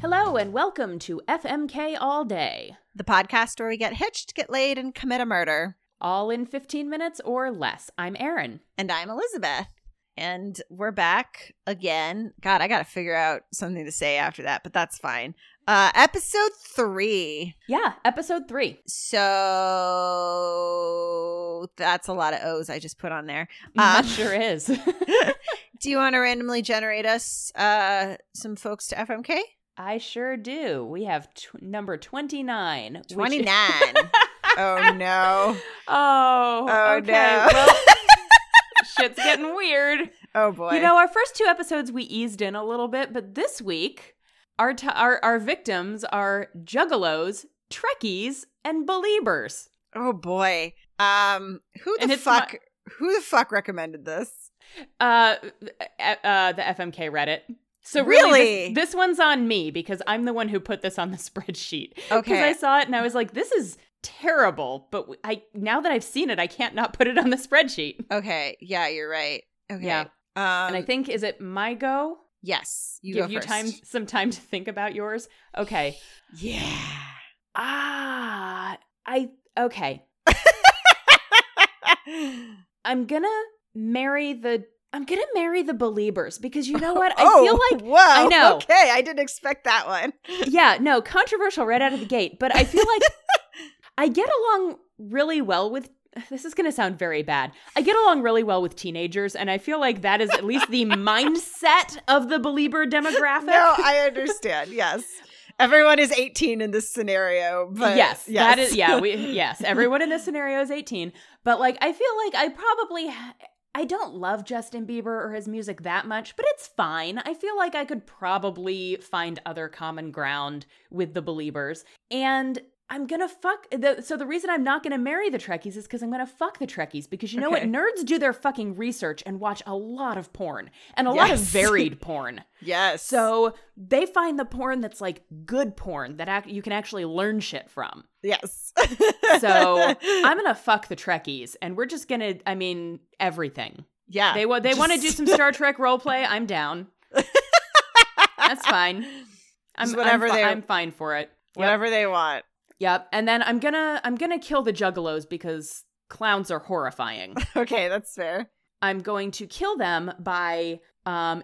Hello and welcome to FMK All Day, the podcast where we get hitched, get laid, and commit a murder. all in 15 minutes or less. I'm Erin. And I'm Elizabeth. And we're back again. God, I got to figure out something to say after that, but that's fine. Uh, episode three. Yeah, episode three. So that's a lot of O's I just put on there. that Um, sure is. Do you want to randomly generate us uh, some folks to FMK? I sure do. We have tw number 29. which- 29. oh, no. oh, Oh, okay. no. Well, shit's getting weird. Oh, boy. You know, our first two episodes we eased in a little bit, but this week our t- our our victims are juggalos, trekkies, and believers. oh, boy. Um, who And the it's my- fuck? who the fuck recommended this? Uh, uh, uh, the FMK Reddit. So really, Really? This, this one's on me because I'm the one who put this on the spreadsheet. Because Okay. I saw it and I was like, this is terrible. But w- I now that I've seen it, I can't not put it on the spreadsheet. Okay. Yeah, you're right. Okay. Yeah. Um, and I think is it my go? yes, you Give go you first. time, some time to think about yours. Okay. Yeah. Ah, I okay. I'm gonna marry the I'm gonna marry the believers because you know what? Oh. I feel like whoa. I know. Okay, I didn't expect that one. yeah, no, controversial right out of the gate, but I feel like I get along really well with this is going to sound very bad. I get along really well with teenagers and I feel like that is at least the mindset of the believer demographic. No, I understand. Yes. Everyone is 18 in this scenario, but yes, yes. that is yeah we yes everyone in this scenario is 18 but like i feel like i probably ha- i don't love justin bieber or his music that much but it's fine i feel like i could probably find other common ground with the believers and i'm gonna fuck the so the reason i'm not gonna marry the trekkies is because i'm gonna fuck the trekkies because you know Okay. what nerds do their fucking research and watch a lot of porn and a lot of Yes. varied porn Yes. so they find the porn that's like good porn that ac- you can actually learn shit from yes. so I'm gonna fuck the Trekkies, and we're just gonna. I mean, everything. yeah. They wa- they want to do Uh, just- some Star Trek role play. I'm down. That's fine. I'm Just whatever I'm, fi- they- I'm fine for it. Yep. Whatever they want. yep. And then I'm gonna I'm gonna kill the Juggalos because clowns are horrifying. Okay, that's fair. I'm going to kill them by um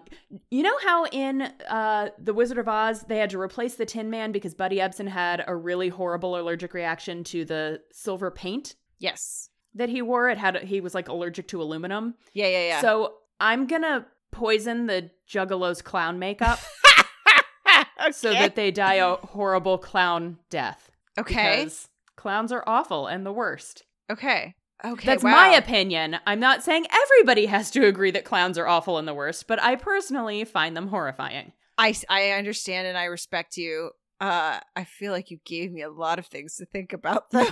you know how in uh The Wizard of Oz they had to replace the Tin Man because Buddy Ebsen had a really horrible allergic reaction to the silver paint Yes. that he wore it had he was like allergic to aluminum Yeah, yeah, yeah. so i'm gonna poison the juggalo's clown makeup okay. so that they die a horrible clown death Okay. because clowns are awful and the worst Okay. Okay. that's wow. my opinion i'm not saying everybody has to agree that clowns are awful and the worst but i personally find them horrifying I s- I understand and I respect you. Uh, I feel like you gave me a lot of things to think about, though.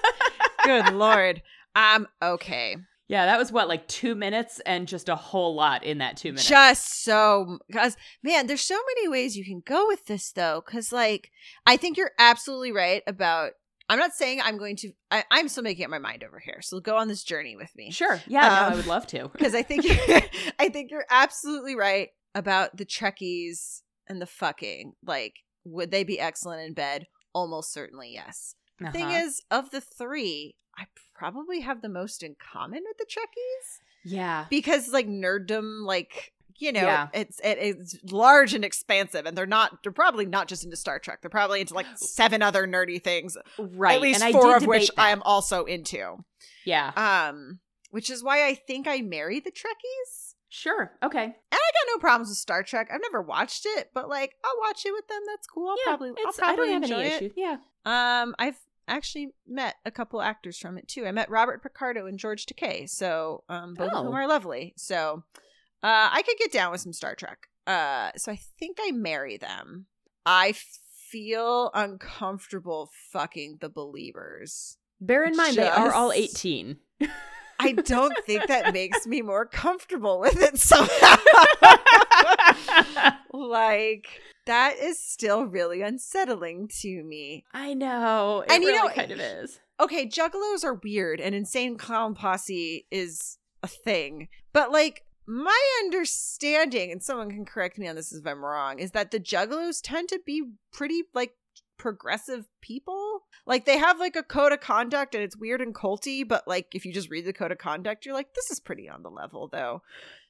Good lord. Um. Okay. yeah that was what like two minutes and just a whole lot in that two minutes Just so, because man, there's so many ways you can go with this, though. Because like, I think you're absolutely right about. I'm not saying I'm going to. I, I'm still making up my mind over here. So go on this journey with me. sure yeah Um, no, i would love to because I think you're, I think you're absolutely right about the Trekkies and the fucking. Like, would they be excellent in bed? Almost certainly, yes. The Thing Uh-huh. is, of the three, I probably have the most in common with the Trekkies yeah because, like, nerddom, like. You know, Yeah. it's it, it's large and expansive, and they're not they're probably not just into Star Trek. They're probably into like seven other nerdy things, right at least and I four did of which debate that. I am also into. yeah Um, which is why I think I marry the Trekkies. Sure. Okay. And I got no problems with Star Trek. I've never watched it, but like I'll watch it with them. That's cool. I'll yeah, probably, I'll it's- probably I don't have enjoy any it. issue. Yeah. Um, I've actually met a couple actors from it too. I met Robert Picardo and George Takei. So, um, both of Oh. whom are lovely. So, uh, I could get down with some Star Trek. Uh, so I think I marry them. I feel uncomfortable fucking the believers. Bear in mind they are all Just- 18. I don't think that makes me more comfortable with it somehow. like that is still really unsettling to me. I know. It And you really know, kind of is. Okay, juggalos are weird and insane clown posse is a thing. But like my understanding, and someone can correct me on this if I'm wrong, is that the juggalos tend to be pretty like progressive people. Like they have like a code of conduct and it's weird and culty, but like if you just read the code of conduct, you're like, this is pretty on the level though.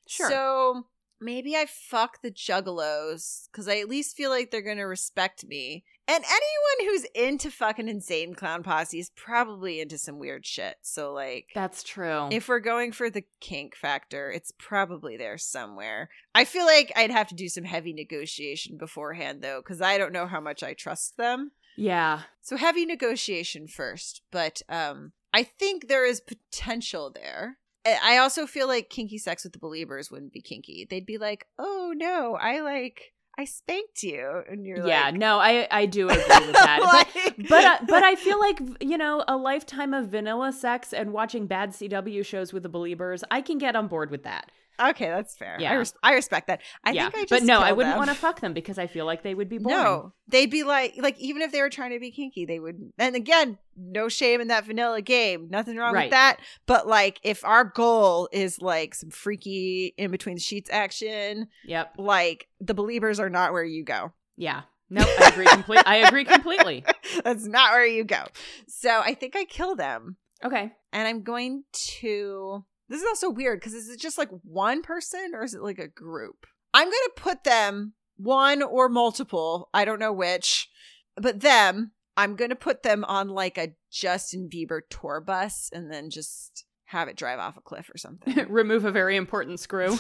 Sure. So maybe I fuck the juggalos because I at least feel like they're gonna respect me. And anyone who's into fucking insane clown posse is probably into some weird shit. So like That's true. if we're going for the kink factor, it's probably there somewhere. I feel like I'd have to do some heavy negotiation beforehand, though, because I don't know how much I trust them. yeah. So heavy negotiation first, but um, I think there is potential there. I I also feel like kinky sex with the believers wouldn't be kinky. They'd be like, "Oh no, I like I spanked you," and you're yeah, like, no, I I do agree with that. But- Like- but uh, but I feel like you know a lifetime of vanilla sex and watching bad CW shows with the Beliebers, I can get on board with that. okay, that's fair. I, Yeah. res- I respect that. I yeah, think I just but no, I kill wouldn't them. want to fuck them because I feel like they would be boring. No, they'd be like, like even if they were trying to be kinky, they wouldn't. And again, no shame in that vanilla game, nothing wrong with Right. that. But like, if our goal is like some freaky in between the sheets action, Yep. like the believers are not where you go. Yeah. No, I agree complete. I agree completely. That's not where you go. So I think I kill them, Okay. and I'm going to. This is also weird because is it just like one person or is it like a group? I'm going to put them one or multiple. I don't know which. but them i'm going to put them on like a justin bieber tour bus and then just have it drive off a cliff or something Remove a very important screw.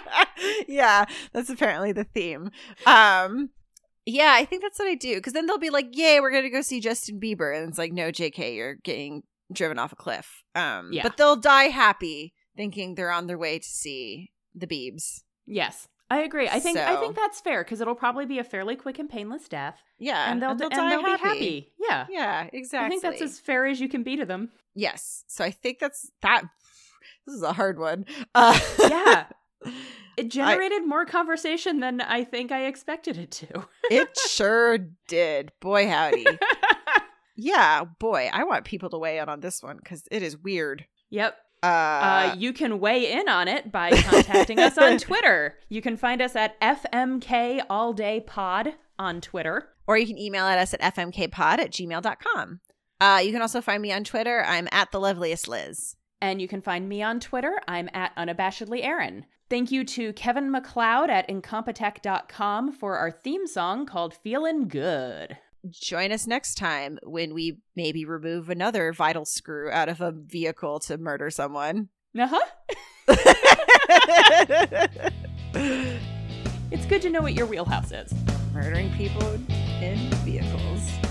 yeah that's apparently the theme um yeah i think that's what i do because then they'll be like yay we're going to go see justin bieber and it's like no jk you're getting driven off a cliff um Yeah. but they'll die happy thinking they're on their way to see the beebs Yes. I agree. I think I So- think that's fair because it'll probably be a fairly quick and painless death, yeah and they'll, and die they'll be happy. Yeah, yeah exactly I think that's as fair as you can be to them. Yes. So I think that's that. This is a hard one. Uh, Yeah, it generated more conversation than I think I expected it to. it sure did. Boy, howdy. yeah, boy. I want people to weigh in on this one because it is weird. yep. Uh, Uh, you can weigh in on it by contacting us on Twitter. You can find us at FMK All Day Pod on Twitter. or you can email at us at fmkpod at gmail.com. Uh, you can also find me on Twitter. I'm at the loveliest Liz. And you can find me on Twitter. I'm at unabashedly Aaron. Thank you to Kevin McLeod at incompetech.com for our theme song called Feelin' Good. Join us next time when we maybe remove another vital screw out of a vehicle to murder someone. Uh huh. Murdering It's good to know what your wheelhouse is. people in vehicles.